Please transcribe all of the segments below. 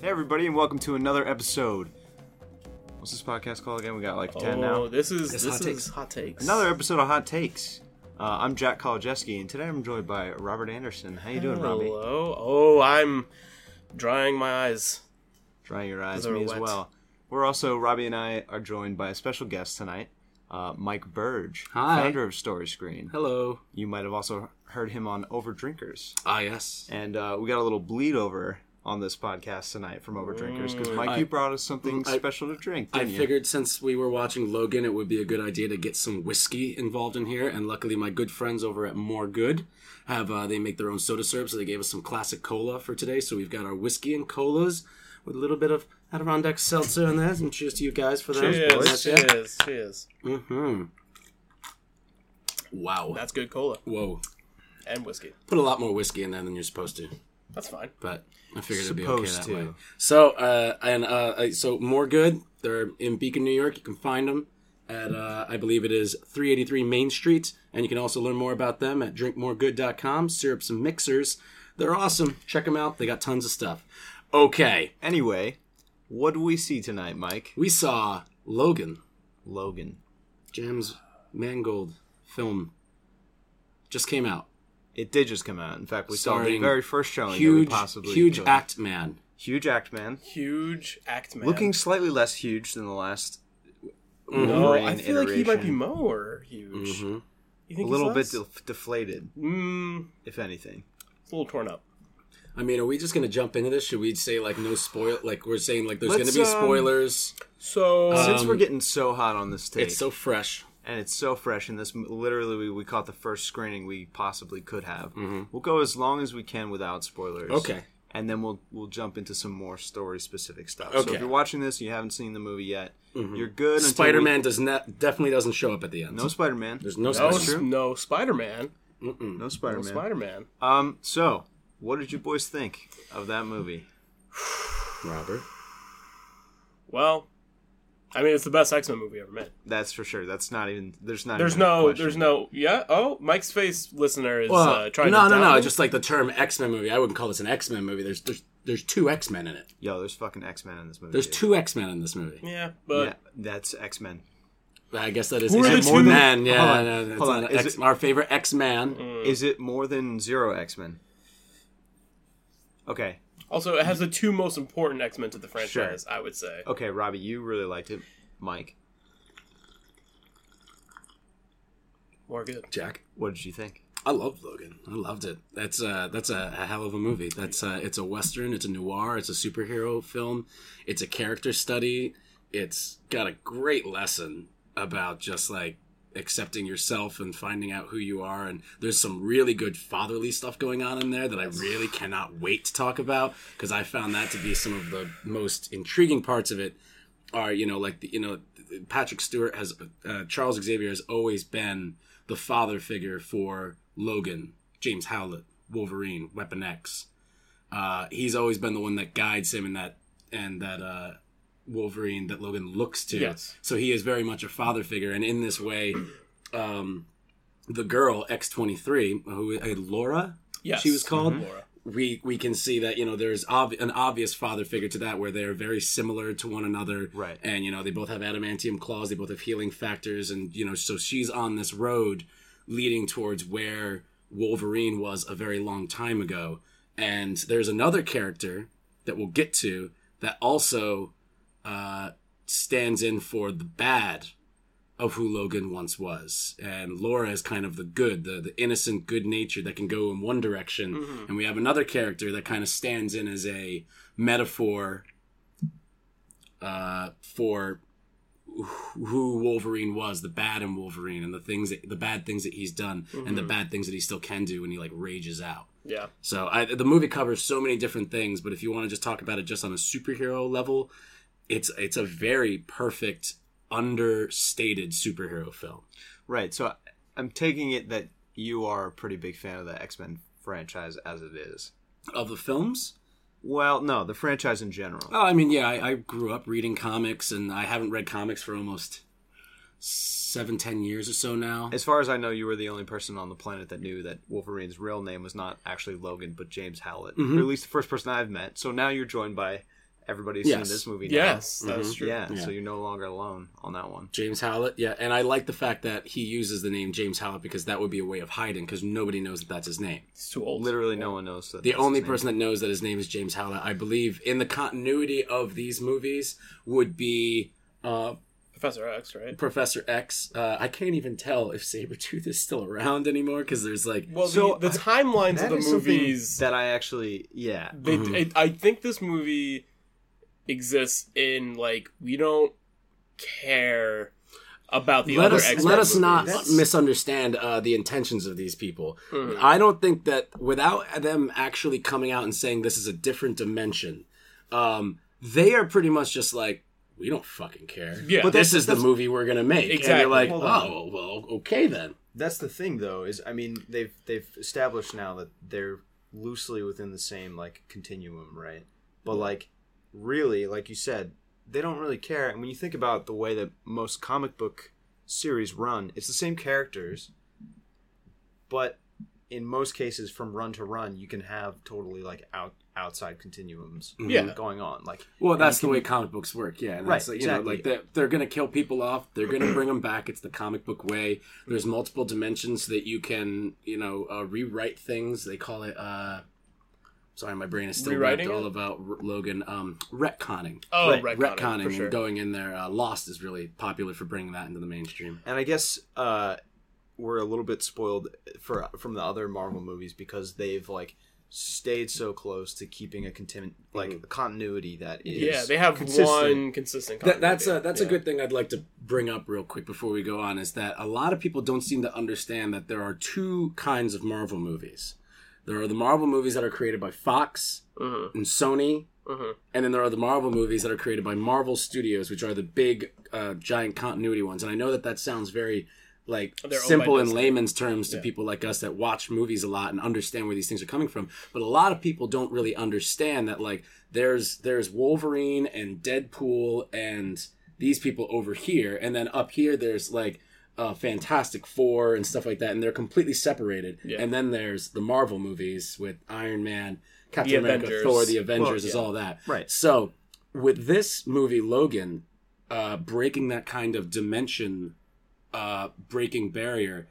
Hey, everybody, and welcome to another episode. What's this podcast called again? We got like 10 Oh. now. Oh, this is It's this hot is takes. hot takes. Another episode of Hot Takes. Uh, I'm Jack Kolojeski, and today I'm joined by Robert Anderson. How you doing, Robbie? Hello. Oh, I'm drying my eyes. Dry your eyes, Those are me as wet. well. We're also, Robbie and I are joined by a special guest tonight, uh, Mike Burge, Hi. founder of Story Screen. Hello. You might have also heard him on Overdrinkers. Ah, yes. And uh, we got a little bleed over on this podcast tonight from Overdrinkers because Mike, Mm, I- you brought us something I- special to drink. I didn't you? figured since we were watching Logan, it would be a good idea to get some whiskey involved in here. And luckily, my good friends over at More Good have uh, they make their own soda syrup, so they gave us some classic cola for today. So we've got our whiskey and colas with a little bit of Adirondack seltzer in there. And cheers to you guys for that. Cheers. Cheers. Cheers. hmm Wow. That's good cola Whoa. and whiskey. Put a lot more whiskey in there than you're supposed to. That's fine. but I figured Supposed it'd be okay that to. way. So uh, and uh, I- so more good. They're in Beacon, New York. You can find them at uh, I believe it is 383 Main Street, and you can also learn more about them at drinkmoregood.com. Syrups and mixers. They're awesome. Check them out. They got tons of stuff. Okay, Anyway, what do we see tonight, Mike? we saw Logan, Logan. James Mangold film, just came out. It did just come out. In fact, we saw the Starring very first showing that we Huge, possibly huge could. act man. huge act man, Huge act man. looking slightly less huge than the last. Oh, No, Oh, I Wolverine feel like he might be iteration. more huge. Mhm. A You think little bit he's less? def deflated, Mm, if anything. it's a little torn up. I mean, are we just gonna jump into this? Should we say like no spoil? Like we're saying like there's Let's, gonna be um, spoilers. So Since we're getting so hot on this take, Um, It's so fresh. and it's so fresh, and this m- literally we, we caught the first screening we possibly could have. We'll go as long as we can without spoilers. Mm-hmm. Okay. And then we'll we'll jump into some more story specific stuff. So Okay. Mm-hmm. if you're watching this, and you haven't seen the movie yet. You're good. until we- Spider Man does not definitely doesn't show up at the end. No Spider Man. there's no no, Spider. s- no Spider Man. No Spider No Man. Spider Man. Um, so what did you boys think of that movie? Robert. uh, Well, I mean, it's the best X Men movie ever made. That's for sure. That's not even. There's not. There's even a no, question. there's no, yeah. Oh, Mike's face listener is uh, trying no, to. no, down no. me. Just like the term X Men movie. I wouldn't call this an X Men movie. There's there's there's two X Men in it. Yo, there's fucking X Men in this movie. There's dude. two X Men in this movie. yeah, but Yeah, that's X Men. I guess that is Who are the X two- Men. Yeah, Hold on, no, no, it's hold on, not is X- it- Mm. our favorite X Man. Hmm. Is it more than zero X Men? Okay, also it has the two most important X Men to the franchise. I would say. okay, Robbie, you really liked it, Mike. More good. Jack. What did you think? I loved Logan. I loved it. That's uh that's a, a hell of a movie. That's uh it's a western, it's a noir, it's a superhero film, it's a character study. It's got a great lesson about just like accepting yourself and finding out who you are and there's some really good fatherly stuff going on in there that I really cannot wait to talk about because I found that to be some of the most intriguing parts of it are you know like the, you know Patrick Stewart has uh, Charles Xavier has always been the father figure for Logan, James Howlett, Wolverine, Weapon X. Uh, he's always been the one that guides him and that and that uh, Wolverine that Logan looks to. Yes. So he is very much a father figure, and in this way, um, the girl X twenty three, who uh, Laura, Yes. she was called Laura. we we can see that you know there's ob- an obvious father figure to that where they're very similar to one another Right. and you know they both have adamantium claws they both have healing factors and you know so she's on this road leading towards where wolverine was a very long time ago and there's another character that we'll get to that also uh, stands in for the bad of who Logan once was. And Laura is kind of the good, the, the innocent good nature that can go in one direction. And we have another character that kind of stands in as a metaphor uh, for wh- who Wolverine was, the bad in Wolverine and the things that, the bad things that he's done and the bad things that he still can do when he like rages out. Yeah. So I, the movie covers so many different things, but if you want to just talk about it just on a superhero level, it's it's a very perfect understated superhero film. Right. So I- I'm taking it that you are a pretty big fan of the X Men franchise as it is. Of the films? Well, no, the franchise in general. Oh, I mean, yeah, I, I grew up reading comics, and I haven't read comics for almost seven, ten years or so now. As far as I know, you were the only person on the planet that knew that Wolverine's Mm-hmm. real name was not actually Logan, but James Howlett, or at least the first person I've met. So now you're joined by everybody's Yes. seen this movie. Now. Yes, that's Mhm. true. Yeah, Yeah. So you're no longer alone on that one. James Howlett, yeah, and I like the fact that he uses the name James Howlett because that would be a way of hiding because nobody knows that that's his name. It's too old. Literally, no one knows that. The that's only his name. person that knows that his name is James Howlett, I believe, in the continuity of these movies, would be uh, Professor X, right? Professor X. Uh, I can't even tell if Sabretooth is still around anymore because there's like Well, So, the, the I- timelines of That the is something movies. that I actually, yeah, They, Mhm. it, I think this movie exists in like we don't care about the let other us X. let us not That's- Hmm. misunderstand uh, the intentions of these people. Mm-hmm. I don't think that without them actually coming out and saying this is a different dimension, um, they are pretty much just like we don't fucking care. Yeah. but But this that's- is the that's- movie we're gonna make. And you're Exactly. like, Hold on. oh well, okay then. that's the thing though. Is I mean, they've they've established now that they're loosely within the same like continuum, right? But like, really, like you said, they don't really care. And when you think about the way that most comic book series run, it's the same characters, but in most cases, from run to run, you can have totally like out outside continuums Yeah. going on. Like Well, that's the way comic books work, yeah. And Right, that's, like, you know, exactly. like they're, they're going to kill people off. They're going to bring them back. It's the comic book way. There's multiple dimensions that you can, you know, uh, rewrite things. They call it. uh Sorry, my brain is still wrapped Rewriting all it? about R- Logan. Um, retconning, Oh, Right, retconning, retconning, for sure. and going in there. Uh, Lost is really popular for bringing that into the mainstream. and I guess uh, we're a little bit spoiled for from the other Marvel movies because they've like stayed so close to keeping a contin- like a continuity that is yeah, they have consistent. one consistent. That, that's a continuity. that's a Yeah. good thing I'd like to bring up real quick before we go on is that a lot of people don't seem to understand that there are two kinds of Marvel movies. There are the Marvel movies that are created by Fox Mhm, and Sony, mhm. and then there are the Marvel movies that are created by Marvel Studios, which are the big uh, giant continuity ones. And I know that that sounds very like They're owned by simple in Disney. layman's terms to Yeah. people like us that watch movies a lot and understand where these things are coming from. But a lot of people don't really understand that like there's there's Wolverine and Deadpool and these people over here, and then up here there's like uh, Fantastic Four and stuff like that, and they're completely separated. Yeah. And then there's the Marvel movies with Iron Man, Captain The America, Avengers. Thor, the Avengers, Well, is yeah. all that. Right. So with this movie, Logan, uh, breaking that kind of dimension, uh, breaking barrier,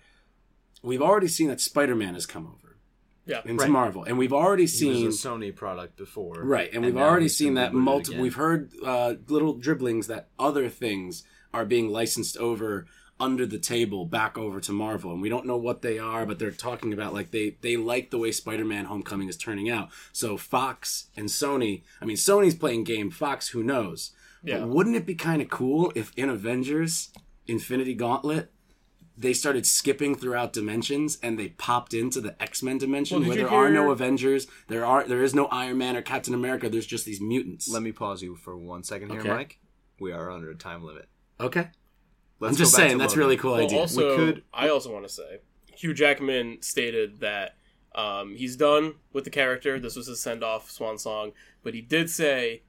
we've already seen that Spider Man has come over Yeah. into Right. Marvel, and we've already It was seen a Sony product before, right, and, we've now already it's seen been that rebooted multiple. again. We've heard uh, little dribblings that other things are being licensed over under the table back over to Marvel, and we don't know what they are, but they're talking about like they they like the way Spider-Man: Homecoming is turning out. So Fox and Sony, I mean, Sony's playing game. Fox, who knows? Yeah. But wouldn't it be kind of cool if in Avengers Infinity Gauntlet they started skipping throughout dimensions and they popped into the X-Men dimension Well, did where you there are no hear- Avengers, there are there is no Iron Man or Captain America, there's just these mutants. Let me pause you for one second here, Okay. Mike. We are under a time limit. okay. Let's I'm just go back saying to that's Logan. really cool Well, idea. also, We could- I also want to say Hugh Jackman stated that um, he's done with the character. This was his send off swan song, but he did say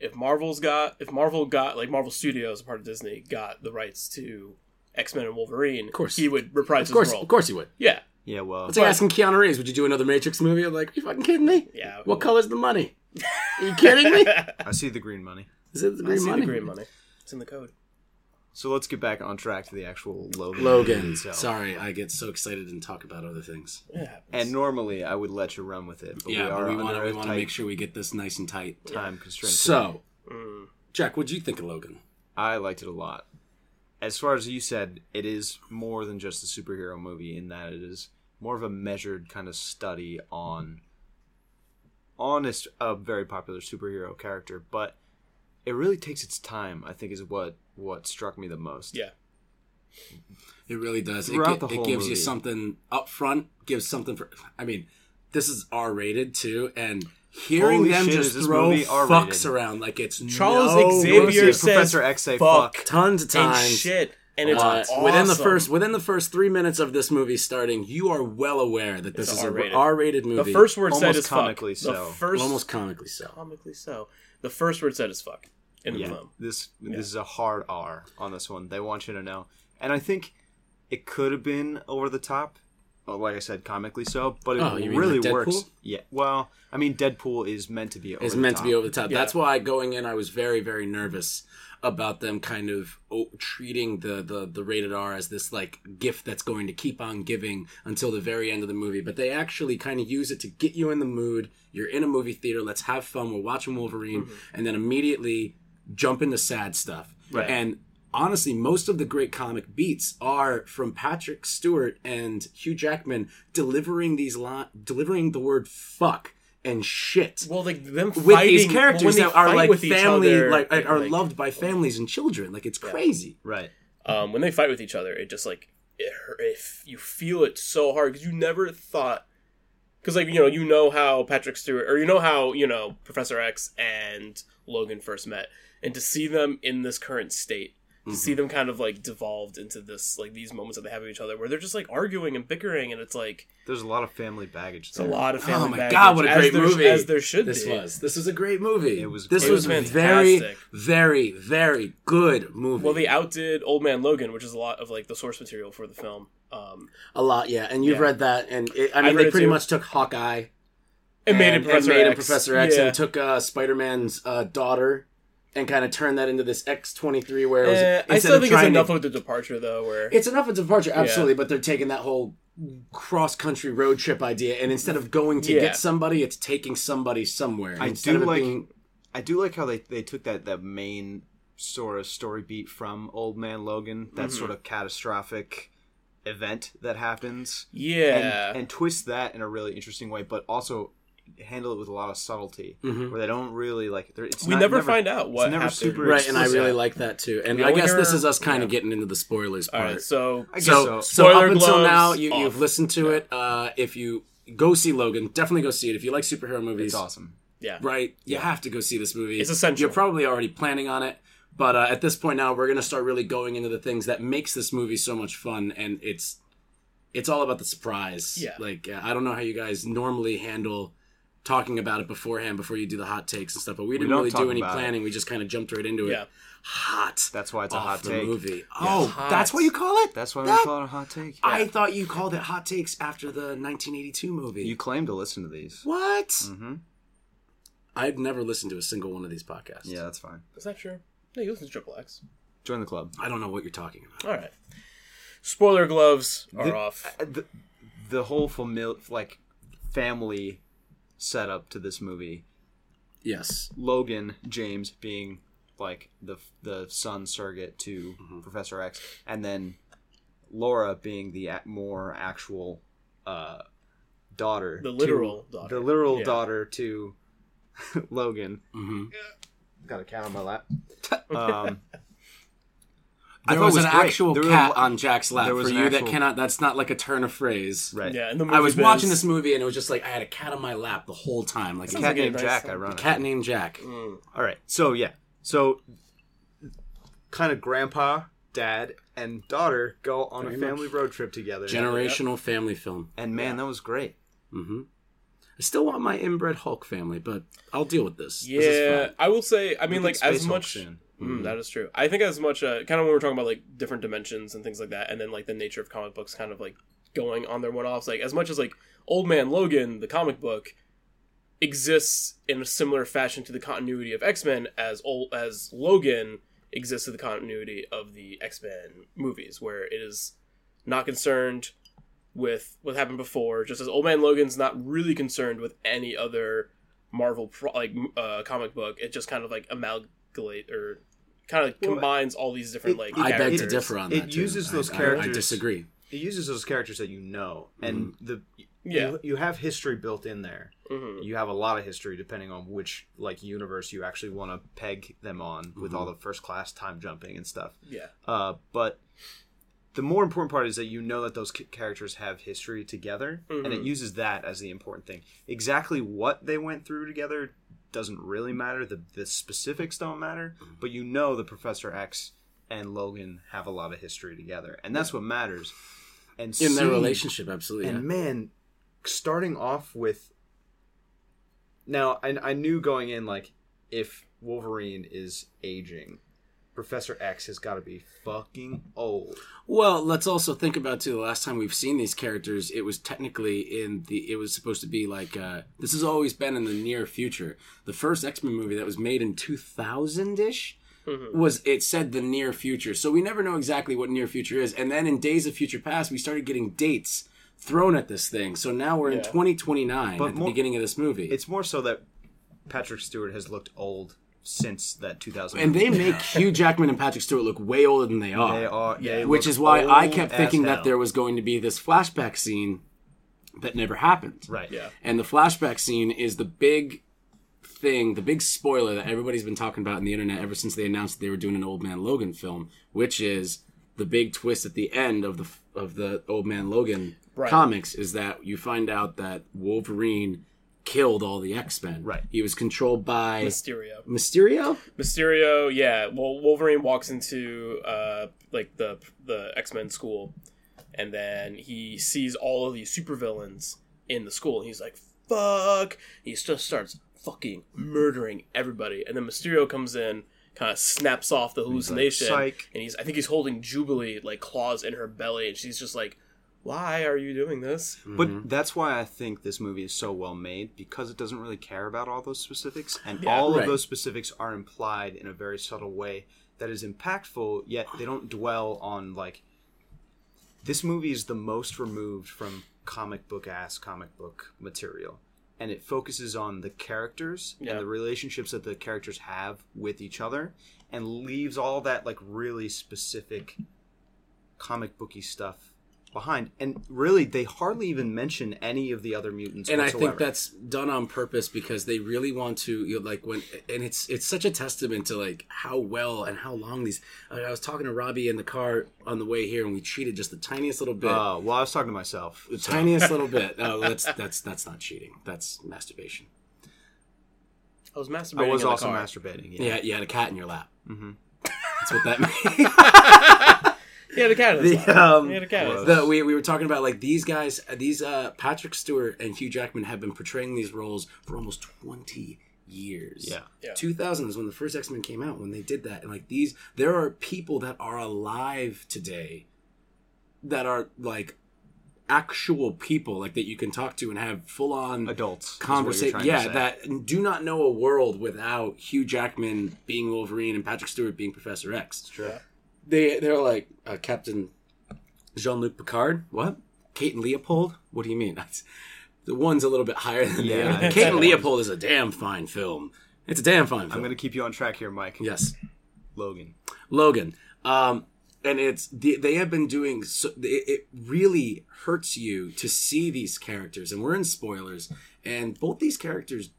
if Marvel's got if Marvel got like Marvel Studios, a part of Disney, got the rights to X Men and Wolverine, of course. he would reprise of course, his role. of course you would. Yeah, Yeah, well, It's like asking Keanu Reeves, would you do another Matrix movie? I'm like, are you fucking kidding me? Yeah. What color's the money? Are you kidding me? I see the green money. Is it the I green see money? the green money. It's in the code. So let's get back on track to the actual Logan. Logan. itself. Sorry, I get so excited and talk about other things. Yeah, And normally I would let you run with it, but yeah, we but are we want under to we a want to tight make sure we get this nice and tight. time constraint. So, Mm. Jack, what'd you think of Logan? I liked it a lot. As far as you said, it is more than just a superhero movie in that it is more of a measured kind of study on on a, s- a very popular superhero character, but it really takes its time. I think is what what struck me the most. yeah, It really does. It, Throughout the gi- it whole gives you movie. something up front, gives something for. I mean, this is R rated too, and hearing Holy them shit, just is this throw movie R-rated? fucks around like it's Charles no You wanna Xavier see mercy. says Professor X say fuck. fuck. tons of and times. shit, and it's Uh, awesome. within the first within the first three minutes of this movie starting, you are well aware that this It's is a R-rated. R rated movie. The first word said Almost is fuck. comically so. The first almost comically so. comically so. The first word said is fuck in the film. This this is a hard R on this one. They want you to know, and I think it could have been over the top uh, like I said, comically so, but it Oh, you mean really like works. Deadpool? Yeah. Well, I mean, Deadpool is meant to be. Over It's the meant top. to be over the top. Yeah. That's why going in, I was very, very nervous about them kind of o- treating the, the the rated R as this like gift that's going to keep on giving until the very end of the movie. But they actually kind of use it to get you in the mood. You're in a movie theater. Let's have fun. We're watching Wolverine, and then immediately jump into sad stuff. Mm-hmm. Right. And honestly, most of the great comic beats are from Patrick Stewart and Hugh Jackman delivering these li- delivering the word fuck and shit Well, like them with fighting these when characters they that are fight like with each family, other, like, like, are like, loved by families and children. Like it's crazy. Right. um, when they fight with each other, it just like it, hurt- if you feel it so hard because you never thought because like you know you know how Patrick Stewart or you know how you know Professor X and Logan first met, and to see them in this current state. To see Mm-hmm. them kind of like devolved into this, like these moments that they have with each other, where they're just like arguing and bickering, and it's like There's a lot of family baggage. it's a There. lot of family. oh my baggage, god, what a as great there- movie! As there should this be. was. This was a great movie. It was This great. was, It was very, fantastic. very, very good movie. Well, they outdid Old Man Logan, which is a lot of like the source material for the film. Um, a lot, yeah. And you've Yeah. read that, and it, I I mean, read they it pretty too. much took Hawkeye it made it and- Professor and made him X. Professor X, Yeah. and took uh, Spider Man's uh, daughter and kind of turned that into this X twenty three, where it was, Eh, I instead still of think it's trying to- enough of the departure though, where It's enough of a departure, absolutely, but they're taking that whole cross country road trip idea, and instead of going to Yeah. get somebody, it's taking somebody somewhere. I instead do of it like- being- I do like how they, they took that, that main sort of story beat from Old Man Logan, that sort of catastrophic event that happens, yeah, and, and twist that in a really interesting way, but also handle it with a lot of subtlety, Mm-hmm. where they don't really like. they're- It's we not- never, find out what it's never happened. super right, and I explicit. really like that too. And We I only guess this hear- is us kind yeah. of getting into the spoilers All part. right, so I guess so. so, so up Spoiler until gloves Oh, now, you, you've off. listened to it. Uh, if you go see Logan, definitely go see it. If you like superhero movies, It's awesome. yeah, right? You have to go see this movie. It's essential. You're probably already planning on it, but uh, at this point now, we're gonna start really going into the things that makes this movie so much fun, and it's it's all about the surprise. Yeah. like uh, I don't know how you guys normally handle talking about it beforehand before you do the hot takes and stuff, but we didn't don't really talk do any about it. planning. We just kind of jumped right into Yeah. it. Hot. That's why it's a off hot the take. movie. Oh, Hot. that's what you call it. That's why we That- call it a hot take. I thought you called it hot takes after the 1982 movie. You claim to listen to these. what? Mm-hmm. I've never listened to a single one of these podcasts. Yeah, that's fine. is that true? No, you listen to Triple X. Join the club. I don't know what you're talking about. All right, spoiler gloves are The- off. Uh, The, the whole famil- like family setup to this movie Yes. Logan James being like the the son surrogate to Mm-hmm. Professor X, and then Laura being the a- more actual uh, daughter, The to- literal daughter. the literal Yeah. daughter to Logan. Mm-hmm. Got a cat on my lap. Um, I There thought it was, was an great. actual There was cat a- on Jack's lap there was for an you that actual- cannot. That's not like a turn of phrase. right, Yeah, and the I was movie watching biz- this movie and it was just like I had a cat on my lap the whole time, like a Cat cat, like a named nice Jack. song. Ironically, cat named Jack. Mm. All right. So yeah. So kind of grandpa, dad, and daughter go on Very a much. family road trip together. Generational family film. and man, that was great. Mm-hmm. I still want my inbred Hulk family, but I'll deal with this. This is Yeah, fine. I will say. I mean, We like think as Space Hulk much. soon. Mm, that is true. I think as much uh, kind of when we're talking about like different dimensions and things like that, and then like the nature of comic books kind of like going on their one offs. Like as much as like Old Man Logan, the comic book, exists in a similar fashion to the continuity of X Men as old as Logan exists to the continuity of the X Men movies, where it is not concerned with what happened before, just as Old Man Logan's not really concerned with any other Marvel pro- like m- uh, comic book. It just kind of like amalgamate or kind of like, Well, combines all these different it- like. it- I beg to characters. differ on It that. too. uses I- those I- I characters- disagree. It uses those characters that you know, and the Yeah. you, you have history built in there. Mhm. You have a lot of history depending on which like universe you actually want to peg them on with all the first class time jumping and stuff. Yeah. Uh, but the more important part is that you know that those ca- characters have history together, and it uses that as the important thing. Exactly what they went through together doesn't really matter. The, the specifics don't matter, but you know the Professor X and Logan have a lot of history together, and that's what matters. And In their seeing- relationship, absolutely. and yeah. man, starting off with now, I, I knew going in like if Wolverine is aging, Professor X has got to be fucking old. Well, let's also think about too. The last time we've seen these characters, it was technically in the. It was supposed to be like uh, this has always been in the near future. The first X Men movie that was made in two thousand ish was it said the near future, so we never know exactly what near future is. And then in Days of Future Past, we started getting dates thrown at this thing. So now we're in Yeah. twenty twenty nine But at the more- beginning of this movie. It's more so that Patrick Stewart has looked old since that 2000. and they make Hugh Jackman and Patrick Stewart look way older than they are. They are, they which look is why I old kept as thinking that hell. there was going to be this flashback scene that never happened. right. Yeah. And the flashback scene is the big thing, the big spoiler that everybody's been talking about on the internet ever since they announced that they were doing an Old Man Logan film, which is the big twist at the end of the of the Old Man Logan Right. comics is that you find out that Wolverine killed all the X-Men. Right. He was controlled by Mysterio. Mysterio? Mysterio, yeah. Well, Wolverine walks into uh, like the the X Men school, and then he sees all of these supervillains in the school, and he's like, "Fuck!" He just starts fucking murdering everybody, and then Mysterio comes in, kind of snaps off the hallucination, "Psych." and he's I think he's holding Jubilee like claws in her belly, and she's just like, "Why are you doing this?" But that's why I think this movie is so well made because it doesn't really care about all those specifics, and Yeah. all Right. of those specifics are implied in a very subtle way that is impactful. Yet they don't dwell on like this movie is the most removed from comic book ass comic book material, and it focuses on the characters Yeah. and the relationships that the characters have with each other, and leaves all that like really specific comic booky stuff behind. And really, they hardly even mention any of the other mutants. and whatsoever. I think that's done on purpose because they really want to you know, like when and it's it's such a testament to like how well and how long these I, I was talking to Robbie in the car on the way here and we cheated just the tiniest little bit Oh well, I was talking to myself. the tiniest little bit oh that's that's that's not cheating that's masturbation I was masturbating. I was in the also car. masturbating. Yeah. yeah you had a cat in your lap Mm-hmm. that's what that means Yeah, the cat. The, The, um, um, yeah, the cat. was- the, we, we were talking about like these guys these uh Patrick Stewart and Hugh Jackman have been portraying these roles for almost 20 years Yeah. Yeah. 2000 is when the first X-Men came out when they did that and like these there are people that are alive today that are like actual people like that you can talk to and have full on Adults. is what you're conversation trying to yeah say. that do not know a world without Hugh Jackman being Wolverine and Patrick Stewart being Professor X Sure. Yeah. they they're like uh, Captain Jean Luc Picard. What? Kate and Leopold? What do you mean? That's, the one's a little bit higher than Yeah, the other. it's Kate that and one. Leopold is a damn fine film. It's a damn fine I'm film. gonna keep you on track here, Mike. Yes, Logan. Logan. Um, and it's the, they have been doing so. It, it really hurts you to see these characters, and we're in spoilers. And both these characters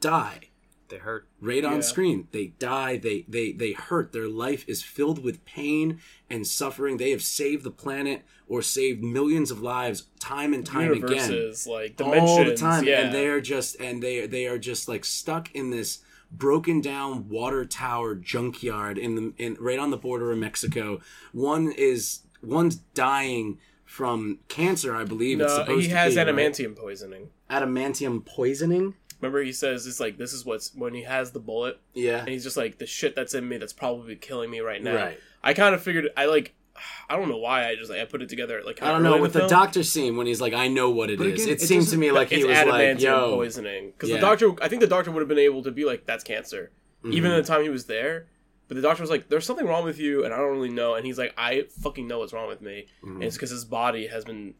die They hurt. right on Yeah. screen they die they they they hurt their life is filled with pain and suffering they have saved the planet or saved millions of lives time and time again universes, like dimensions, all the time Yeah. and they're just and they they are just like stuck in this broken down water tower junkyard in the in right on the border of Mexico one is one's dying from cancer i believe it's no, supposed he to has be, right? adamantium poisoning. adamantium poisoning Remember, he says it's like this is what's when he has the bullet, yeah and he's just like the shit that's in me that's probably killing me right now. Right. I kind of figured I like I don't know why I just like I put it together like I don't know with the doctor. doctor scene when he's like, I know what it is. But again, It it seems to doesn't- me like it's he was adamantium like, yo, poisoning because Yeah. the doctor. I think the doctor would have been able to be like that's cancer even Mm-hmm. at the time he was there. But the doctor was like, "There's something wrong with you," and I don't really know. And he's like, "I fucking know what's wrong with me." Mm-hmm. And it's because his body has been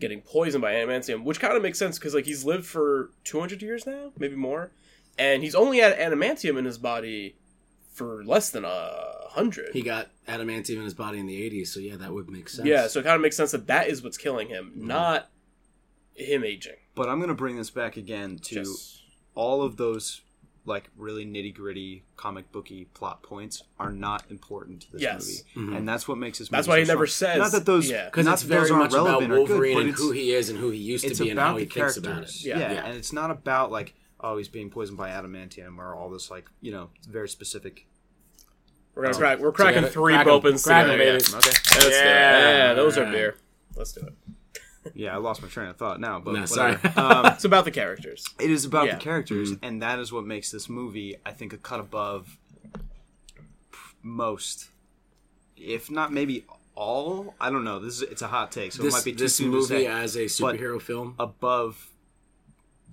getting poisoned by adamantium, which kind of makes sense because like he's lived for 200 years now, maybe more, and he's only had adamantium in his body for less than a hundred. he got adamantium in his body in the '80s, so yeah, that would make sense. Mm-hmm. Yeah, so it kind of makes sense that that is what's killing him, not him aging. But I'm gonna bring this back again to Just all of those like really nitty gritty comic booky plot points are not important to this Yes. Mm-hmm. movie, Mm-hmm. and that's what makes this. That's movie why he so never strong. says- Not that those, yeah. because not it's that very those aren't much about relevant or good, Wolverine but and it's- who he is and who he used to it's be and about how the he thinks characters. about it. Yeah. yeah. and it's not about like oh he's being poisoned by adamantium or all this like you know very specific. we're gonna crack. We're Together- cracking three crack 'em. opens Crack 'em, together. baby. Okay. Yeah, Let's do it. yeah, those are Alright. beer. Let's do it. yeah, I lost my train of thought now, but No, sorry. Mm-hmm. whatever. um, It's about the characters. it is about Yeah. the characters, and that is what makes this movie, I think, a cut above most, if not maybe all. I don't know. This is it's a hot take, so this it might be too this soon to movie say. as a superhero film. above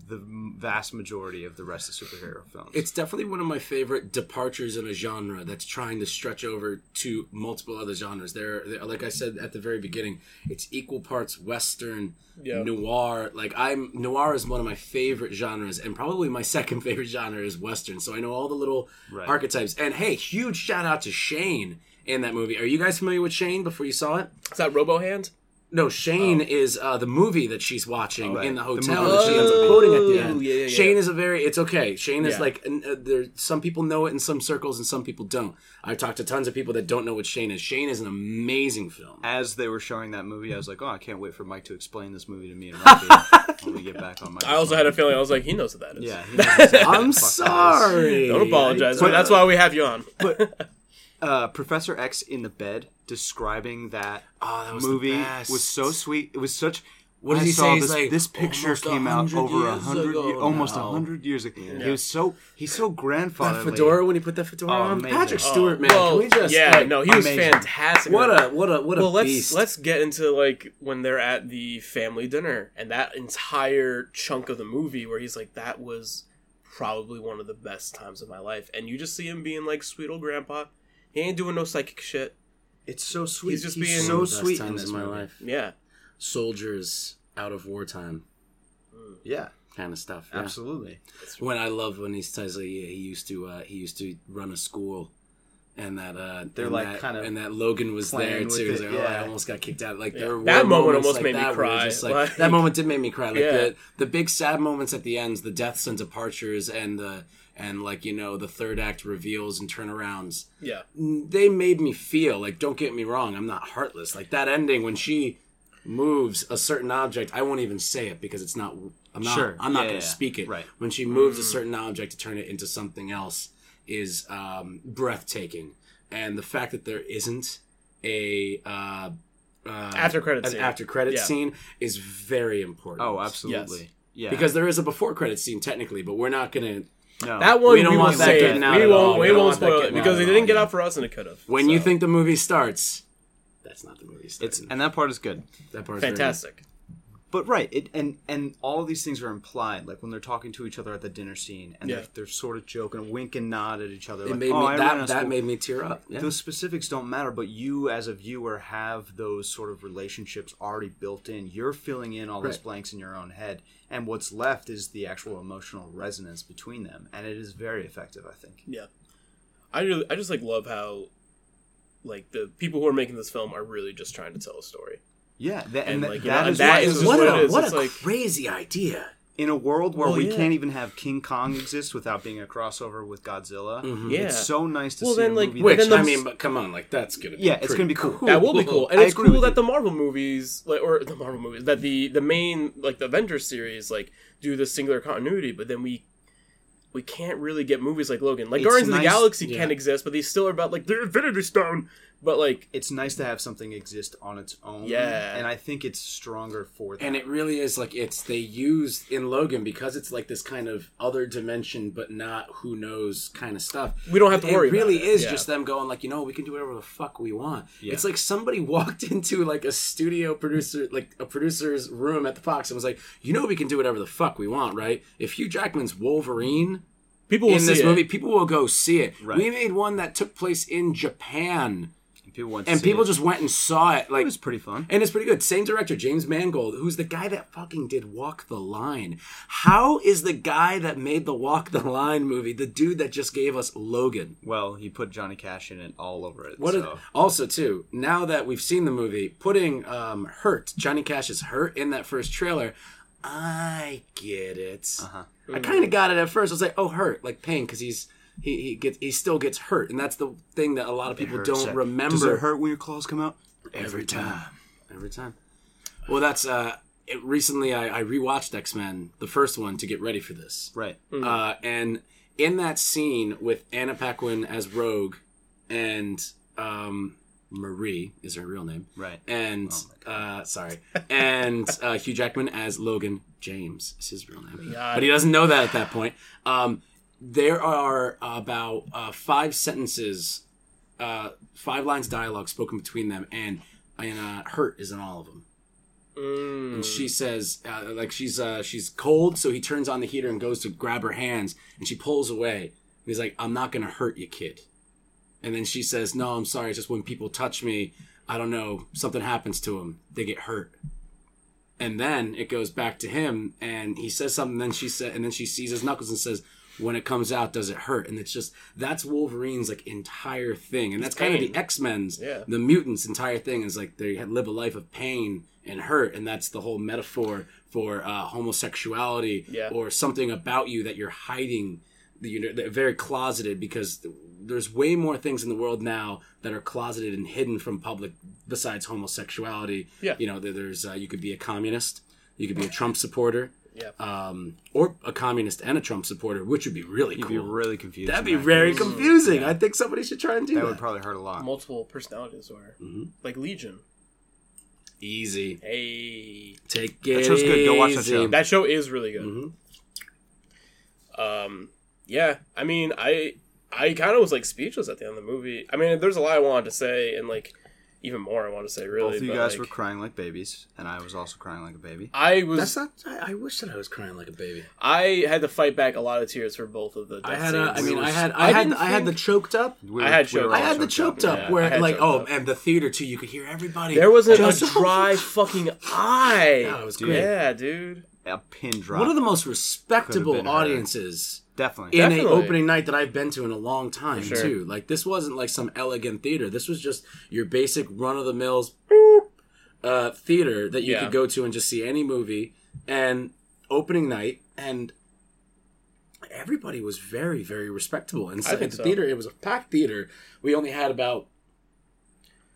the m- vast majority of the rest of superhero films. It's definitely one of my favorite departures in a genre that's trying to stretch over to multiple other genres. There, there- like I said at the very beginning, it's equal parts western, Yeah. noir. Like I'm noir is one of my favorite genres, and probably my second favorite genre is western. So I know all the little Right. archetypes. And hey, huge shout out to Shane in that movie. Are you guys familiar with Shane before you saw it? Is that Robohand? No, Shane is uh, the movie that she's watching right. in the The movie hotel that that she she ends up ends up quoting at being. the end. Oh, yeah, yeah, yeah. Shane is a very it's okay. Shane is Yeah. like an- uh, there. Some people know it in some circles and some people don't. I've talked to tons of people that don't know what Shane is. Shane is an amazing film. as they were showing that movie, I was like, "Oh, I can't wait for Mike to explain this movie to me and Rocky when we get back on my." I also had a feeling I was like, he knows what that is. yeah. he knows exactly what I'm the fuck that is. sorry. Don't apologize. But- That's why we have you on. But uh, Professor X in the bed describing that Oh, that was the movie best. was so sweet. It was such. What does I he saw say? He's This, like, this picture "Almost came out 100 over a years hundred, ago almost a now." hundred years ago. He was so he's so That grandfatherly. fedora when he put that fedora Oh, on. amazing. Patrick Oh, Stewart, man. Well, can we just yeah, like, no, he was amazing. fantastic. what a what a what a well, let's beast. let's get into like when they're at the family dinner and that entire chunk of the movie where he's like, "That was probably one of the best times of my life," and you just see him being like sweet old grandpa. He ain't doing no psychic shit. It's so sweet. He's just being- One of so the best sweet in times this of my movie. life. Yeah, Soldiers out of wartime Yeah, kind of stuff. yeah. absolutely. When I love when he says like, yeah, he used to uh, he used to run a school, and that uh, They're and like that- kind of and that Logan was playing there with too. He's it, like, oh, I yeah. almost got kicked out. Like Yeah. there were That moment moments almost like made me that where you're cry, just like- like- that moment did make me cry. Like Yeah. the the big sad moments at the ends, the deaths and departures, and the and like you know the third act reveals and turnarounds yeah. they made me feel like don't get me wrong i'm not heartless like that ending when she moves a certain object i won't even say it because it's not i'm not Sure. i'm not Yeah, gonna yeah, speak it right. Mm-hmm. when she moves a certain object to turn it into something else is um, breathtaking and the fact that there isn't a uh, uh, After credit an scene. after credit Yeah. scene is very important Oh, absolutely. Yeah, because there is a before credit scene technically but we're not gonna no. That one we, don't will want that save. getting out We at all. won't. We We don't won't want that spoil it getting because out they at didn't all, get yeah. out for us and it could have. when you think the movie starts that's not the movie starts. it's and that part is good. that part's very- fantastic, But right, it and and all of these things are implied, like when they're talking to each other at the dinner scene, and Yeah. they're, they're sort of joking, wink and nod at each other. It like, made "Oh, I me, ran out that of that school." made me tear up. Yeah. Those specifics don't matter, but you as a viewer have those sort of relationships already built in. You're filling in all those Right. blanks in your own head, and what's left is the actual emotional resonance between them, and it is very effective, I think. yeah. I really, I just like love how, like the people who are making this film are really just trying to tell a story. Yeah, tha- And, and, tha- like, you know, that and is that why is it's just what what worth it a, is. what It's a like- crazy idea. in a world where Well, we yeah. can't even have King Kong exist without being a crossover with Godzilla. Yeah. It's so nice to Well, see then, a like, movie Which, Which, that's then the- I mean, but come on, like, that's going to be Yeah, it's pretty gonna be cool. That will be cool, and I it's agree cool with that you. the Marvel movies, like, or the Marvel movies, that the the main like the Avengers series, like do this singular continuity, but then we we can't really get movies like Logan, like It's Guardians of the nice- Galaxy yeah. can exist, but they still are about like the Infinity Stone, but like it's nice to have something exist on its own. Yeah. and I think it's stronger for that. And it really is like it's they use in Logan because it's like this kind of other dimension, but not who knows kind of stuff. We don't have to It worry about really it, is yeah. just them going like, you know, we can do whatever the fuck we want. Yeah. It's like somebody walked into like a studio producer, like a producer's room at the Fox, and was like, you know, we can do whatever the fuck we want, right? If Hugh Jackman's Wolverine people will in see this it. movie, people will go see it. Right. We made one that took place in Japan, people want to and see people it. just went and saw it. it Like, was pretty fun. and it's pretty good. Same director, James Mangold, who's the guy that fucking did Walk the Line. How is the guy that made the Walk the Line movie the dude that just gave us Logan? Well, he put Johnny Cash in it all over it. What a- so. also too, now that we've seen the movie, putting um, Hurt, Johnny Cash's Hurt in that first trailer, I get it. Uh-huh. I kind of got it at first. I was like, "Oh, Hurt, like pain cuz he's he, he gets he still gets hurt." And that's the thing that a lot of people Hurts don't it. remember Does it hurt when your claws come out? every time. Every time. Well, that's uh it, recently I, I rewatched X-Men, the first one to get ready for this. Right. Uh, and in that scene with Anna Paquin as Rogue and um, Marie is her real name, Right. And uh, sorry, and uh, Hugh Jackman as Logan James is his real name, God. but he doesn't know that at that point. Um, there are about uh, five sentences uh, five lines dialogue spoken between them, and and uh, hurt is in all of them. Mm. And she says, uh, like she's uh, she's cold, so he turns on the heater and goes to grab her hands, and she pulls away. And he's like, "I'm not gonna hurt you, kid." And then she says, "No, I'm sorry. It's just when people touch me, I don't know, something happens to them. They get hurt." And then it goes back to him, and he says something. Then she said, and then she sees his knuckles and says, "When it comes out, does it hurt?" And it's just that's Wolverine's like entire thing, and that's kind of pain. the X Men's Yeah. the mutants' entire thing is like they had- live a life of pain and hurt, and that's the whole metaphor for uh, homosexuality Yeah. or something about you that you're hiding. that You're that very closeted because th- there's way more things in the world now that are closeted and hidden from public besides homosexuality. Yeah. you know, there- there's uh, you could be a communist, you could be a Trump supporter, Yeah. um, or a communist and a Trump supporter, which would be really You'd cool. be really confused. That'd in be that very case. confusing. I think somebody should try and do That that. would probably hurt a lot. Multiple personality disorder, Mhm. like Legion. Easy. Hey, Take it. That show's good. Go watch that easy. show. that show is really good. Mhm. Mm-hmm. Um, yeah, I mean, I I kind of was like speechless at the end of the movie. I mean, there's a lot I wanted to say, and like even more I wanted to say. Really, Both of you but, guys like, were crying like babies, and I was also crying like a baby. I was That's not. I, I wish that I was crying like a baby. I had to fight back a lot of tears for both of the. Death I had. A, I scenes. mean, We I were- had. I, I had. didn't I had the think- choked up. We I had were choked all I had the choked up Yeah, I where had like choked oh up. and the theater too. You could hear everybody. there wasn't Just- a dry fucking eye. Yeah, it was Dude. great. Yeah, dude. A pin drop. One of the most Could've respectable been her. audiences Definitely. in a Definitely. opening night that I've been to in a long time Sure. too. Like this wasn't like some elegant theater. This was just your basic run of the mills uh, theater that you Yeah. could go to and just see any movie and opening night and everybody was very very respectable I inside think the so. theater. It was a packed theater. We only had about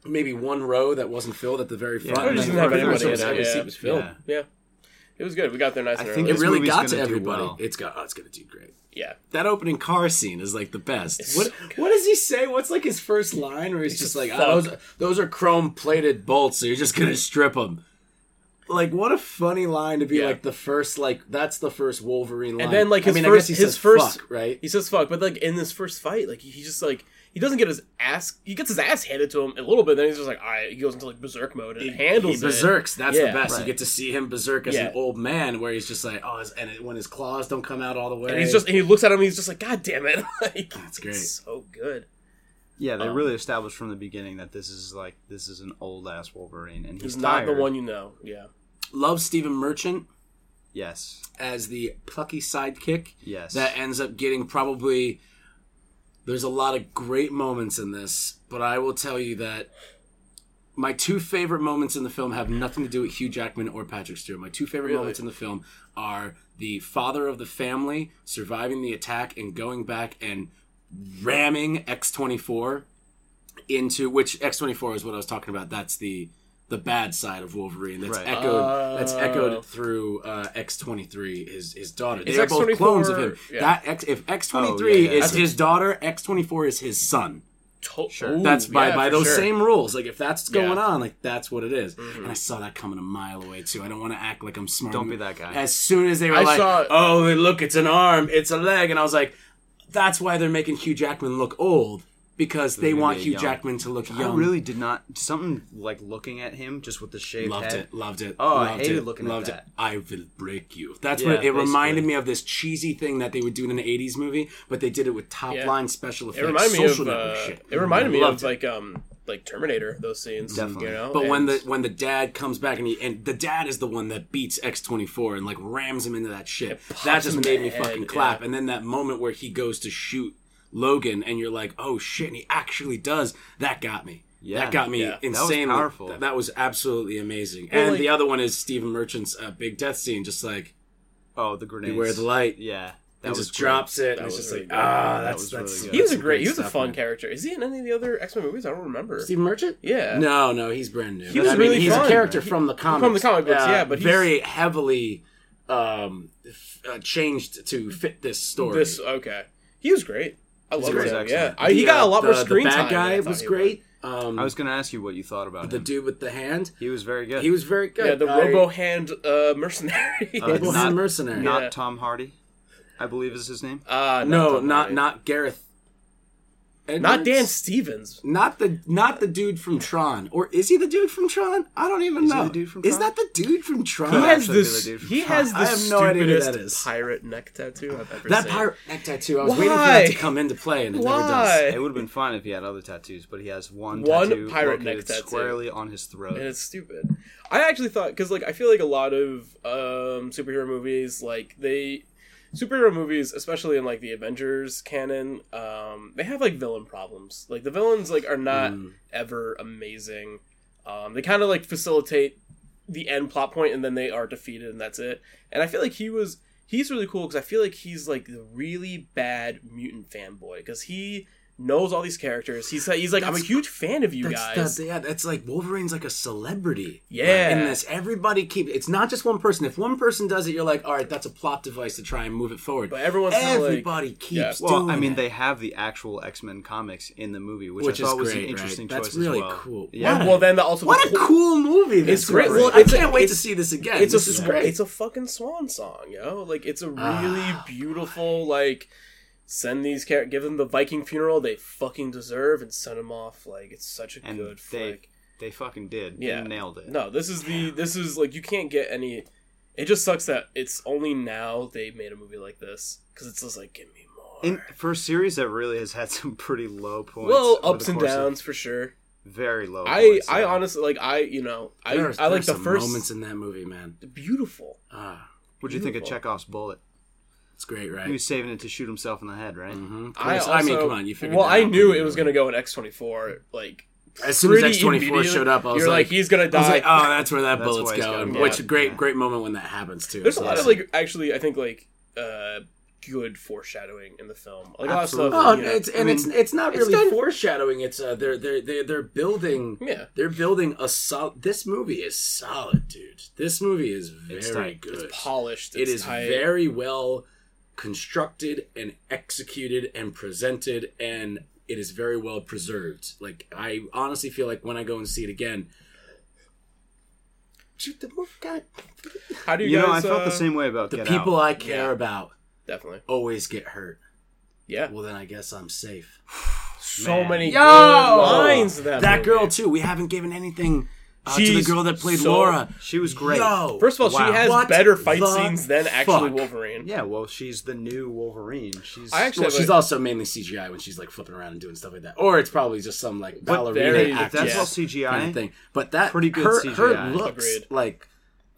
maybe one row that wasn't filled at the very front. Or and just then didn't have every anybody row in it, every yeah. seat was filled. Yeah. Yeah, it was good. We got there nice and I think early. It really movie's got to gonna do everybody. well. It's got oh, it's gonna do great yeah, that opening car scene is like the best. It's what so what does he say? What's like his first line where he's, just like, just, oh, those, "Fuck." those are chrome plated bolts, so you're just gonna strip them. Like what a funny line to be Yeah. like the first like that's the first Wolverine line. and then like I his mean, I guess first he his says first fuck, right. He says fuck, but like in this first fight, like he just like he doesn't get his ass. He gets his ass handed to him a little bit. Then he's just like, all right, he goes into like berserk mode and handles he it. berserks. That's Yeah, the best. You right. get to see him berserk as Yeah. an old man, where he's just like, oh, his, and it, when his claws don't come out all the way, And he's just and he looks at him. and He's just like, god damn it, like That's great. It's so good. Yeah, they Um, really established from the beginning that this is like this is an old ass Wolverine, and he's, He's not the tired. one you know. Yeah, love Stephen Merchant Yes, as the plucky sidekick. yes. that ends up getting probably there's a lot of great moments in this but i will tell you that my two favorite moments in the film have nothing to do with hugh jackman or patrick stewart my two favorite Really? moments in the film are the father of the family surviving the attack and going back and ramming x24 into which x24 is what i was talking about that's the the bad side of Wolverine that's Right. echoed that's Oh. echoed through uh, X23 his his daughter Is they are both clones of him. X24 yeah. That X, if X twenty Oh, three yeah, yeah. is his daughter, X twenty four is his son. To- Sure. Ooh, That's by yeah, by for those sure. same rules. Like if that's Yeah. going on, like that's what it is. And I saw that coming a mile away too. I don't want to act like I'm smart. Mm-hmm. Don't be that guy. As soon as they were I like, saw- "Oh, look, it's an arm, it's a leg," and I was like, "That's why they're making Hugh Jackman look old because they gonna want be Hugh young. Jackman to look I young." really did not. Something like looking at him just with the shaved Loved head. it, loved it. Oh, I loved hated it, looking at loved that. It. I will break you. That's Yeah, what it reminded basically. me of. This cheesy thing that they would do in an '80s movie, but they did it with top Yeah. line special It effects, reminded me social of network uh, shit. it reminded me Loved of like um like Terminator those scenes. Definitely. You know? But And- when the when the dad comes back and he and the dad is the one that beats X twenty four and like rams him into that shit. That him just in made the me head, fucking yeah. clap. And then that moment where he goes to shoot Logan and you're like, oh shit, and he actually does. That got me. Yeah, that got me yeah. That was insanely. powerful. That, that was absolutely amazing. Well, and like- the other one is Stephen Merchant's uh, big death scene, just like Oh, the grenades. beware the light. Yeah, that and was just great. drops it. That and it's was just really like good. ah, That that's was that's. really good. he was a that's great, he was a stuff, fun man. character. Is he in any of the other X Men movies? I don't remember. Stephen Merchant. yeah. No, no, he's brand new. He But was I mean, really he's fun. a character He- from the comic from the comic books, yeah, but he's- very heavily um, f- uh, changed to fit this story. This okay. He was great. I love great. He was him. Yeah, excellent. I, he The, got a uh, lot the, more screen The bad time. than I guy thought was he great. Um, I was going to ask you what you thought about the him. dude with the hand. He was very good. He was very good. Yeah, the I- Robo Hand uh, mercenary. Uh, Robo not- hand mercenary. not yeah. Tom Hardy, I believe is his name. uh, no, Tom not Hardy. not Gareth. Not Edwards? Dan Stevens. Not the not the dude from Tron, or is he the dude from Tron? I don't even Is he know. the dude from Is Tron? that the dude from Tron? He Could has actually be this. the dude from He Tron. has I the have no idea who stupidest that is. pirate neck tattoo I've ever that seen. pirate neck tattoo. I was Why? waiting for that to come into play, and it never does. Why? It would have been fun if he had other tattoos, but he has one, One tattoo pirate neck located tattoo. squarely on his throat. and it's stupid. I actually thought because like I feel like a lot of um, superhero movies, like they superhero movies, especially in like the Avengers canon, um, they have like villain problems. Like the villains like are not Mm. ever amazing. Um, they kind of like facilitate the end plot point, and then they are defeated, and that's it. And I feel like he was he's really cool because I feel like he's like the really bad mutant fanboy because he knows all these characters. He's he's like I'm a That's- huge fan of you That's, guys. that's yeah. That's like Wolverine's like a celebrity. Yeah. In this, everybody keep. It's not just one person. If one person does it, you're like, all right, that's a plot device to try and move it forward. But everyone's kinda like- everybody Yeah. keeps. well, doing I mean, it. they have the actual X Men comics in the movie, which, Which I is thought was great, an interesting right? choice. That's really as well. cool. Yeah, Well, then the, also What a the- cool movie! This It's great. was. Well, I it's a- can't wait to it's- see this again. it's this a is swan- great. it's a fucking swan song, yo. Like it's a really Ah, beautiful like send these characters, give them the Viking funeral they fucking deserve, and send them off. Like it's such a And good they flick. they fucking did. Yeah. They nailed it. No, this is the this is like you can't get any. It just sucks that it's only now they made a movie like this because it's just like give me more. In, for a series that really has had some pretty low points, well, over the ups and course of- downs for sure. Very low. I points, I yeah. honestly like I you know I There are- I like there's the some first moments in that movie, man. beautiful. Ah, What'd you think of Beautiful. Chekhov's bullet? it's great, He right? was saving it to shoot himself in the head, right? Mhm. Of I, course. also, I mean, come on, you figured. Well, that I out knew pretty it was early. gonna go in X twenty four. Like As soon as pretty X twenty four immediately, showed up, I was you're like, like, he's gonna I was die. like, oh, that's where that That's bullet's why he's going. going. Which Yeah. great, Yeah. great moment when that happens too. There's a So lot it's of like actually, I think like uh good foreshadowing in the film. Like a lot of stuff. Absolutely. Oh, you know, it's, and I mean, it's it's not it's really done- foreshadowing. It's uh, they're they're they're they're building yeah, they're building a solid. This movie is solid, dude. This movie is It's very tight. good. it's polished. It It's is tight. very well constructed and executed and presented, and it is very well preserved. Like I honestly feel like when I go and see it again, shoot the movie. God, How do you, You know, I guys? felt uh, the same way about the Get people Out. I care Yeah. about Definitely. always get hurt. Yeah. Well, then I guess I'm safe. so man. many Yo! good lines. in That that movie. girl too. We haven't given anything uh, to the She's girl that played so- Laura. She was great. Yo, First of all, Wow. she has What better fight the scenes than actually fuck? Wolverine. Yeah, well, she's the new Wolverine. She's I actually well, have a- she's also mainly CGI when she's like flipping around and doing stuff like that, or it's probably just some like there ballerina is- If actress that's Yeah. all CGI. kind of thing. But that Pretty good her, CGI. Her looks Agreed. like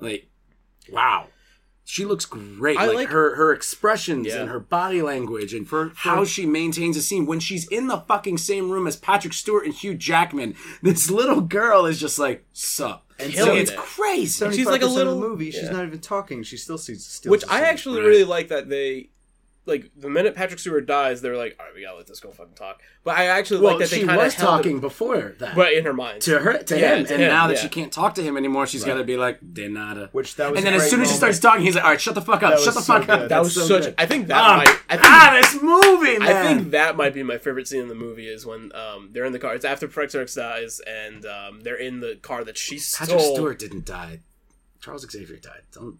like wow. She looks great. I like, like- her her expressions Yeah. and her body language and For- for- how she maintains a scene when she's in the fucking same room as Patrick Stewart and Hugh Jackman. This little girl is just like sup. And so Killing it's it. crazy. she's like 75% a of the little- movie. She's yeah. not even talking. She still sees. Still Which sees I it. actually right. really like that they. Like the minute Patrick Stewart dies, they're like, "All right, we gotta let this go fucking talk." But I actually well, like that they she kind of was talking before that. but in her mind. to her to Yeah, him, to and him, now that yeah. she can't talk to him anymore, she's got to be like de nada. Which that was. and then a as great soon as she moment. starts talking, he's like, "All right, shut the fuck up, That shut the was so fuck up." good. that That's so was such. good. I think that Ah, might. I think ah, this movie, I man. think that might be my favorite scene in the movie is when um, they're in the car. It's after Patrick Stewart dies, and um, they're in the car that she stole. Patrick Stewart didn't die. Charles Xavier died. Don't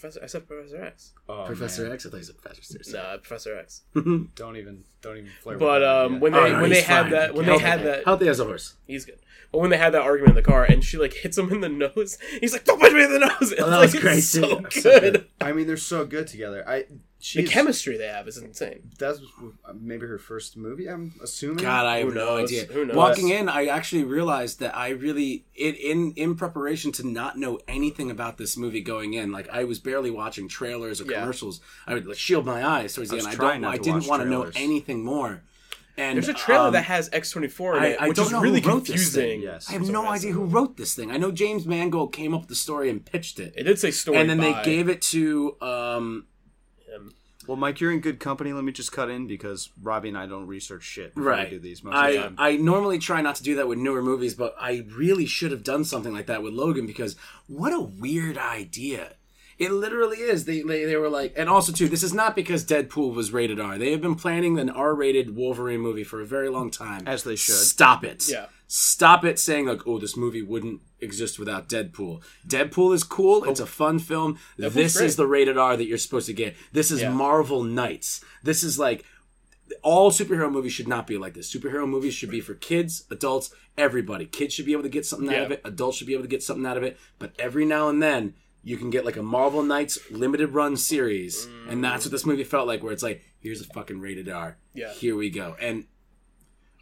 Professor, I said Professor X. Oh, Professor man. X. I thought he said Patrick Stewart. No, Professor X. Don't even. Don't even. Flirt But with um, that. when they Oh, no, when they he's had fine. that when Okay. they had that Healthy as a horse. he's good. But when they had that argument in the car, and she like hits him in the nose, he's like, "Don't punch me in the nose." It's Oh, that like, was it's great, So too. good. So good. I mean, they're so good together. I. The She's, chemistry they have is insane. That's uh, maybe her first movie. I'm assuming. God, I have Who no knows? idea. Who knows? Walking in, I actually realized that I really it in in preparation to not know anything about this movie going in. Like I was barely watching trailers or Yeah. commercials. I would like, shield my eyes towards I the was end. I trying don't. not I to didn't watch want to know trailers. anything more. And There's a trailer um, that has X twenty four in I- it, I which don't is know really who wrote this confusing. thing, yes. I have no idea who wrote this thing. I know James Mangold came up with the story and pitched it. It did say story, and then they by gave it to um him. Well, Mike, you're in good company. Let me just cut in because Robbie and I don't research shit. before right We do these most of the I, time. I normally try not to do that with newer movies but i really should have done something like that with logan because what a weird idea it literally is they, they they were like and also too this is not because deadpool was rated r they have been planning an r-rated wolverine movie for a very long time As they should. stop it Yeah. stop it saying like oh this movie wouldn't exist without deadpool deadpool is cool it's Oh. a fun film this great. is the rated r that you're supposed to get this is Yeah. marvel knights this is like all superhero movies should not be like this. Superhero movies should be for kids, adults, everybody. Kids should be able to get something out of Yeah. it. Adults should be able to get something out of it. But every now and then, you can get like a Marvel Knights limited run series, and that's what this movie felt like. Where it's like, here's a fucking rated R. Yeah. Here we go. And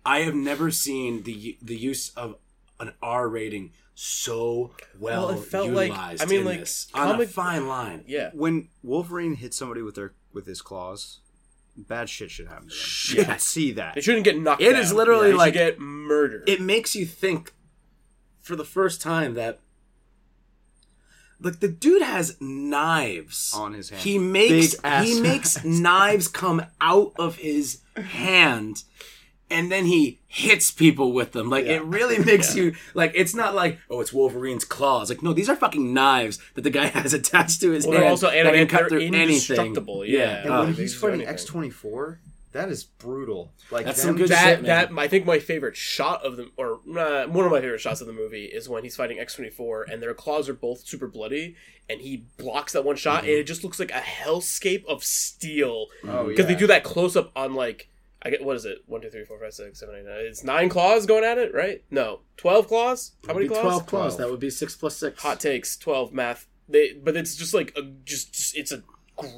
I have never seen the the use of an R rating so well, Well, it felt like- utilized. I mean, in like, this. on a comic- fine line. Yeah. When Wolverine hits somebody with their with his claws, bad shit should happen. To them. Shit. I see that. They shouldn't get knocked It is down. literally They should like- get murdered. it makes you think for the first time that like the dude has knives On his hand. He makes Big ass he makes knives come out of his hand and then he hits people with them. Like it really makes you like it's not like oh it's Wolverine's claws. Like no, these are fucking knives that the guy has attached to his well, hand. they're also that can animated. cut They're through anything. indestructible. Yeah. And Uh, when They he's can do fighting anything. X twenty four, that is brutal. Like That's them- some good that shit, man. that I think my favorite shot of the or uh, one of my favorite shots of the movie is when he's fighting X twenty four and their claws are both super bloody and he blocks that one shot Mm-hmm. and it just looks like a hellscape of steel Oh, because they yeah. do that close up on like I get what is it one two three four five six seven eight nine it's nine claws going at it right no twelve claws how many It'd be claws Twelve claws. Twelve. That would be six plus six. hot takes 12 math they but it's just like a just, just- it's a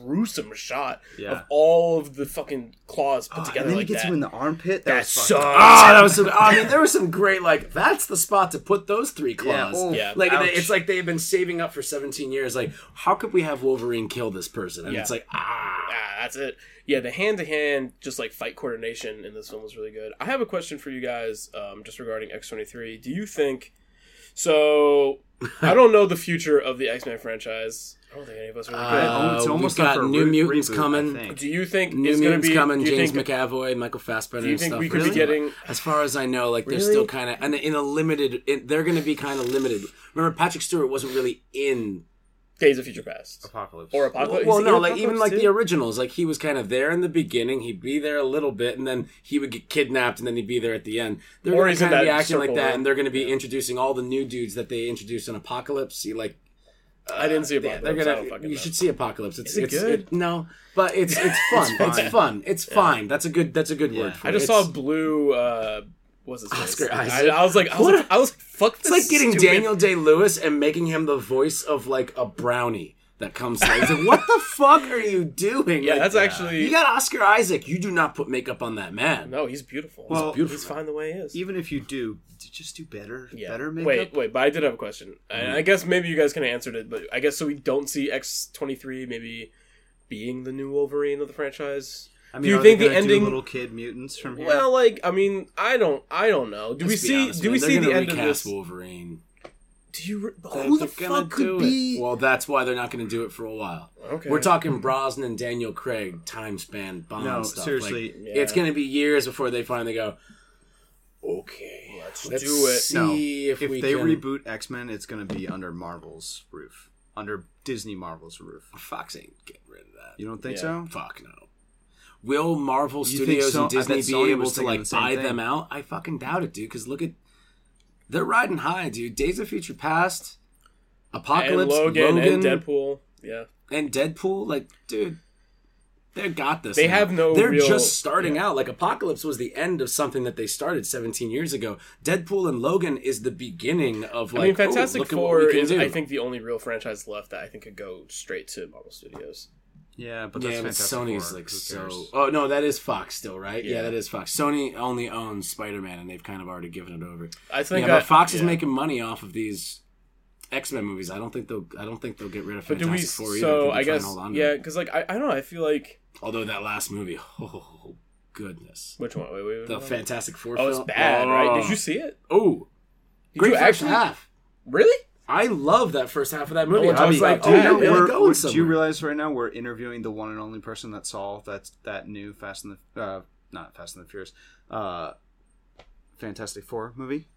gruesome shot of Yeah. all of the fucking claws put Ah, together and then like he gets that him in the armpit. that That, was fucking- Ah, sucks Oh, that was some, I mean, there was some great like. That's the spot to put those three Yeah, claws. oh, Yeah. Like ouch. they, it's like they've been saving up for 17 years. Like, how could we have Wolverine kill this person? And Yeah. it's like, ah, ah, that's it yeah the hand-to-hand just like fight coordination in this film was really good i have a question for you guys um, just regarding x23 do you think so i don't know the future of the x-men franchise i don't think any of us really Uh, Oh, it's we've almost got up for a New re- Mutants reboot, I coming. do. think. do you think New is going Mutants to be coming. do you James think, McAvoy, Michael Fassbender. do you and think stuff. we could Really? be getting As far as I know, like they're Really? still kind of and in a limited. In, they're going to be kind of limited. Remember, Patrick Stewart wasn't really in. days of future past apocalypse. or apocalypse well, Is it no, like even Apocalypse like too? the originals, like he was kind of there in the beginning. He'd be there a little bit, and then he would get kidnapped, and then he'd be there at the end. They're Or going he's to in kind of be that acting like circle, that, right? and they're going to be introducing all the new dudes that they introduced in Apocalypse. See, like i didn't see Yeah, apocalypse they're I gonna. don't fucking You know. should see Apocalypse. It's, Is it it's good? It, no, but it's it's fun. it's, fine. fun. It's fine. That's a good. That's a good word. Yeah. For I it. just It's- saw Blue. Uh, what's his Oscar face? Isaac. I, I was like, I was, What like, I was like, fuck. It's like getting Daniel Day Lewis and making him the voice of like a brownie that comes. Like, it's like, what the fuck are you doing? Yeah, Like, that's actually You got Oscar Isaac. You do not put makeup on that man. no. He's beautiful. Well, he's, beautiful. he's fine the way he is. even if you do, d- just do better. yeah. Better makeup. Wait, wait. But I did have a question, and Mm-hmm. I guess maybe you guys can answer it. But I guess so. We don't see X twenty three maybe being the new Wolverine of the franchise. I do you are think they the gonna do ending- little kid mutants from here? Well, like I mean, I don't, I don't know. Do Let's we be see? honest, do man. we They're see the gonna end of recast this? Wolverine. Do you? Re- They're- who the they're gonna fuck could do it. be? Well, that's why they're not going to do it for a while. Okay. We're talking Brosnan and Daniel Craig time span bond No, stuff. seriously. Like, Yeah. it's going to be years before they finally go. Okay, let's, do it." See if, if we they can... reboot X Men, it's going to be under Marvel's roof, under Disney Marvel's roof. Fox ain't getting rid of that. You don't think Yeah. so? Fuck no. Will Marvel You think Studios so- and I bet Disney Sony be able was to thinking like the same buy thing. them out? I fucking doubt it, dude. Because look at they're riding high, dude. Days of Future Past, and Apocalypse, Logan, Logan, and Deadpool. Yeah. and Deadpool. Like, dude, they got this. They now. have no They're real- just starting out. Like, Apocalypse was the end of something that they started 17 years ago. Deadpool and Logan is the beginning of like. I mean, "Ooh, Fantastic look at what Four we can is, do." I think, the only real franchise left that I think could go straight to Marvel Studios. Yeah, but that's Yeah, but Fantastic Sony's Four. like Who so. cares? Oh no, that is Fox still, right? Yeah, Yeah. that is Fox. Sony only owns Spider Man, and they've kind of already given it over. I think yeah, but I- Fox is yeah. making money off of these X Men movies. I don't think they'll. I don't think they'll get rid of But do Fantastic we? Four either. So They'll I try and guess hold on to yeah, it. because like I, I don't know. I feel like Although that last movie, oh goodness, which one? Wait, wait, wait, the wait. Fantastic Four. Oh, it's film. bad, Oh. right? Did you see it? Oh, Did great you first actually half. really? I love that first half of that movie. one I was talks like, about dude, that. they're Yeah, really "Oh, we're- going we're- do you somewhere. realize right now we're interviewing the one and only person that saw that that new Fast and the uh, not Fast and the Furious, uh, Fantastic Four movie?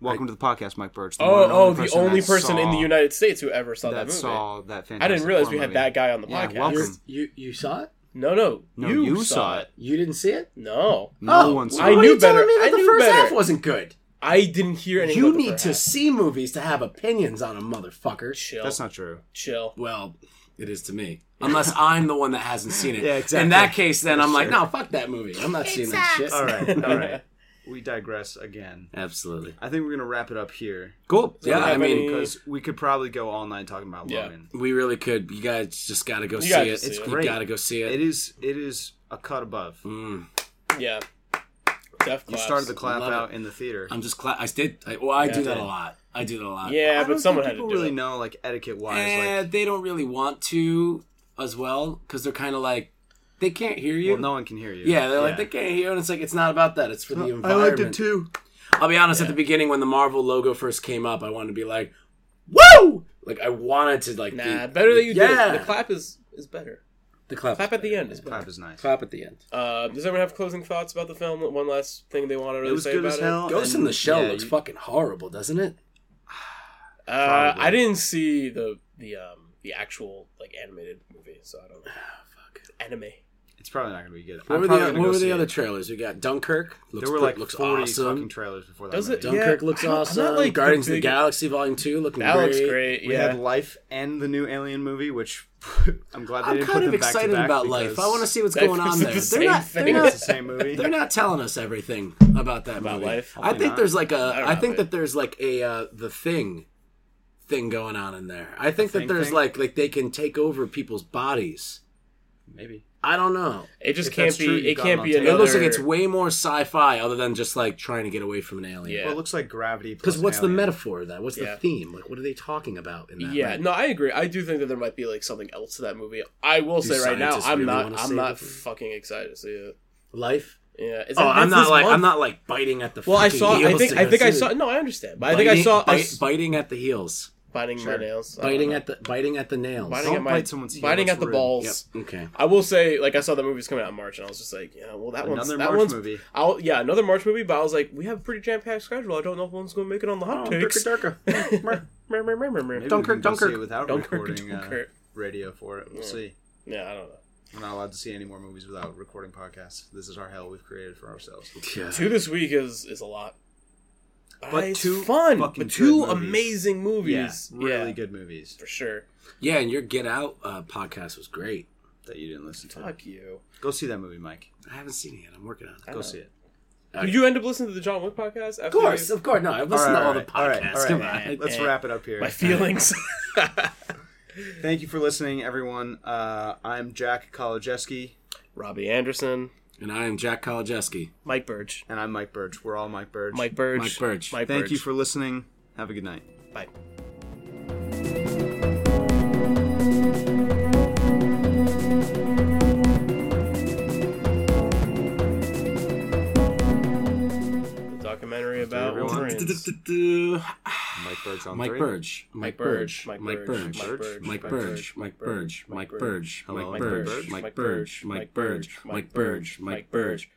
Welcome to the podcast, Mike Birch. the one Oh, and oh, the only that person in saw- the United States who ever saw that, that, movie. saw that Fantastic I didn't realize Four we had movie. that guy on the Yeah, podcast. welcome. you you saw it? No, no, No, you, you saw, saw it. it. You didn't see it? No, No one saw I it. What are knew you telling better. me that I the knew first better. half wasn't good. I didn't hear anything. You about the need first to half. see movies to have opinions on a motherfucker. chill. That's not true. chill. Well, it is to me. Unless I'm the one that hasn't seen it. Yeah, exactly. In that case, then I'm like, Sure. no, fuck that movie. I'm not seeing that shit. All right, all right. We digress again. Absolutely. I think we're gonna wrap it up here. Cool. we yeah, I have mean, any- because we could probably go all night talking about Yeah. Logan. we really could. You guys just got to go see gotta it. see It's it. great. You got to go see it. It is, it is a cut above. Mm. Yeah. Def You claps. started the clap Love it. out in the theater. I'm just glad I did. I, well, I Yeah. do that a lot. I do that a lot. Yeah, I don't but someone think had to people do really it. know like etiquette wise. And Like, they don't really want to as well because they're kind of like they can't hear you. well, no one can hear you. Yeah, they're like they can't hear, you," and it's like it's not about that. It's for the environment. too. I'll be honest. At the beginning, when the Marvel logo first came up, I wanted to be like, "Woo!" Like I wanted to like Nah, be- better that you yeah. did it. The clap is is better. the clap. Clap at the end is better. Clap is nice. Clap at the end. Uh, does everyone have closing thoughts about the film? One last thing they want to really It was say good about as it? hell. Ghost and- in the Shell yeah, looks you- fucking horrible, doesn't it? Uh, Probably. I didn't see the the um the actual like animated movie, so I don't know. Ah, Anime. It's probably not gonna be good. What I'm were probably the, gonna what go were see the it. other trailers? We got Dunkirk. Looks, There were pre- like looks forty awesome. fucking trailers before that. Does it- movie. Yeah, Dunkirk looks I'm not- I'm not awesome. like the Guardians of the big- Galaxy Volume Two looking That great. looks great. We yeah. had Life and the new Alien movie, which I'm glad they I'm didn't kind put of them back to excited back about because life. I want to see what's that going on was there. the they're same not. thing. They're It's the not. same movie. They're not telling us everything about that About movie. life? I think not. there's like a. don't I, know, think man. that there's like a uh, the thing thing going on in there. I think thing that there's thing? like like they can take over people's bodies. Maybe. I don't know. it just if can't that's be. true, you it got can't it be on tape. another. It looks like it's way more sci-fi, other than just like trying to get away from an alien. Yeah. Well, it looks like Gravity. Because plus what's the Alien. metaphor of that? What's Yeah. the theme? Like, what are they talking about in that? Yeah, Like, no, I agree. I do think that there might be like something else to that movie. I will Do say right now, scientists I'm really not. wanna I'm save not it? fucking excited to see it. life. Yeah, it's Oh, like- I'm it's not this like I'm month. not like biting at the. Well, I fucking saw. I heels think. to I go think I see saw. it. No, I understand. But Biting, I think I saw bite- us biting at the heels, biting my Sure. nails, I don't biting know. at the biting at the nails. biting Don't at my bite someone's heel, biting that's at the rude. balls. Yep. Okay. I will say, like I saw the movie's coming out in March, and I was just like, yeah, well, that one's Another that March one's, movie. I'll, yeah, another March movie. But I was like, we have a pretty jam packed schedule. I don't know if one's going to make it on the Oh, hot takes. Mer, mer, mer, mer, mer. Maybe Don't- we can go Dunkirk, see Dunkirk. it without Dunkirk, recording uh, Dunkirk. radio for it. We'll see. Yeah, I don't know. We're not allowed to see any more movies without recording podcasts. This is our hell we've created for ourselves. Yeah. Two this week is is a lot. Ah, But it's two fun, fucking but two good movies. amazing Yeah, movies. Yeah, really good movies for sure. yeah, and your Get Out uh, podcast was great. that you didn't listen to. Fuck you. Go see that movie, Mike. I haven't seen it yet. I'm working on it. Go see it. Did you end up listening to the John Wick podcast? After Of course, of course. No, I've listened All to right, all all the right, podcasts. all right, Come man. on. Let's Eh. wrap it up here. my feelings. Thank you for listening, everyone. Uh, I'm Jack Kolojeski, Robbie Anderson, And I am Jack Kolodziejski. Mike Burge, and I'm Mike Burge. We're all Mike Burge. Mike Burge, Mike Burge. Mike Thank Burge. you for listening. Have a good night. bye. The documentary about everyone. Wolverines. Mike Burge on Mike three. Burge. Mike Burge. Mike Burge. Burge, Mike Burge. Mike Burge. Mike Burge. Mike Hello, Burge. Mike Burge. Mike Burge. Mike Burge. Mike Burge.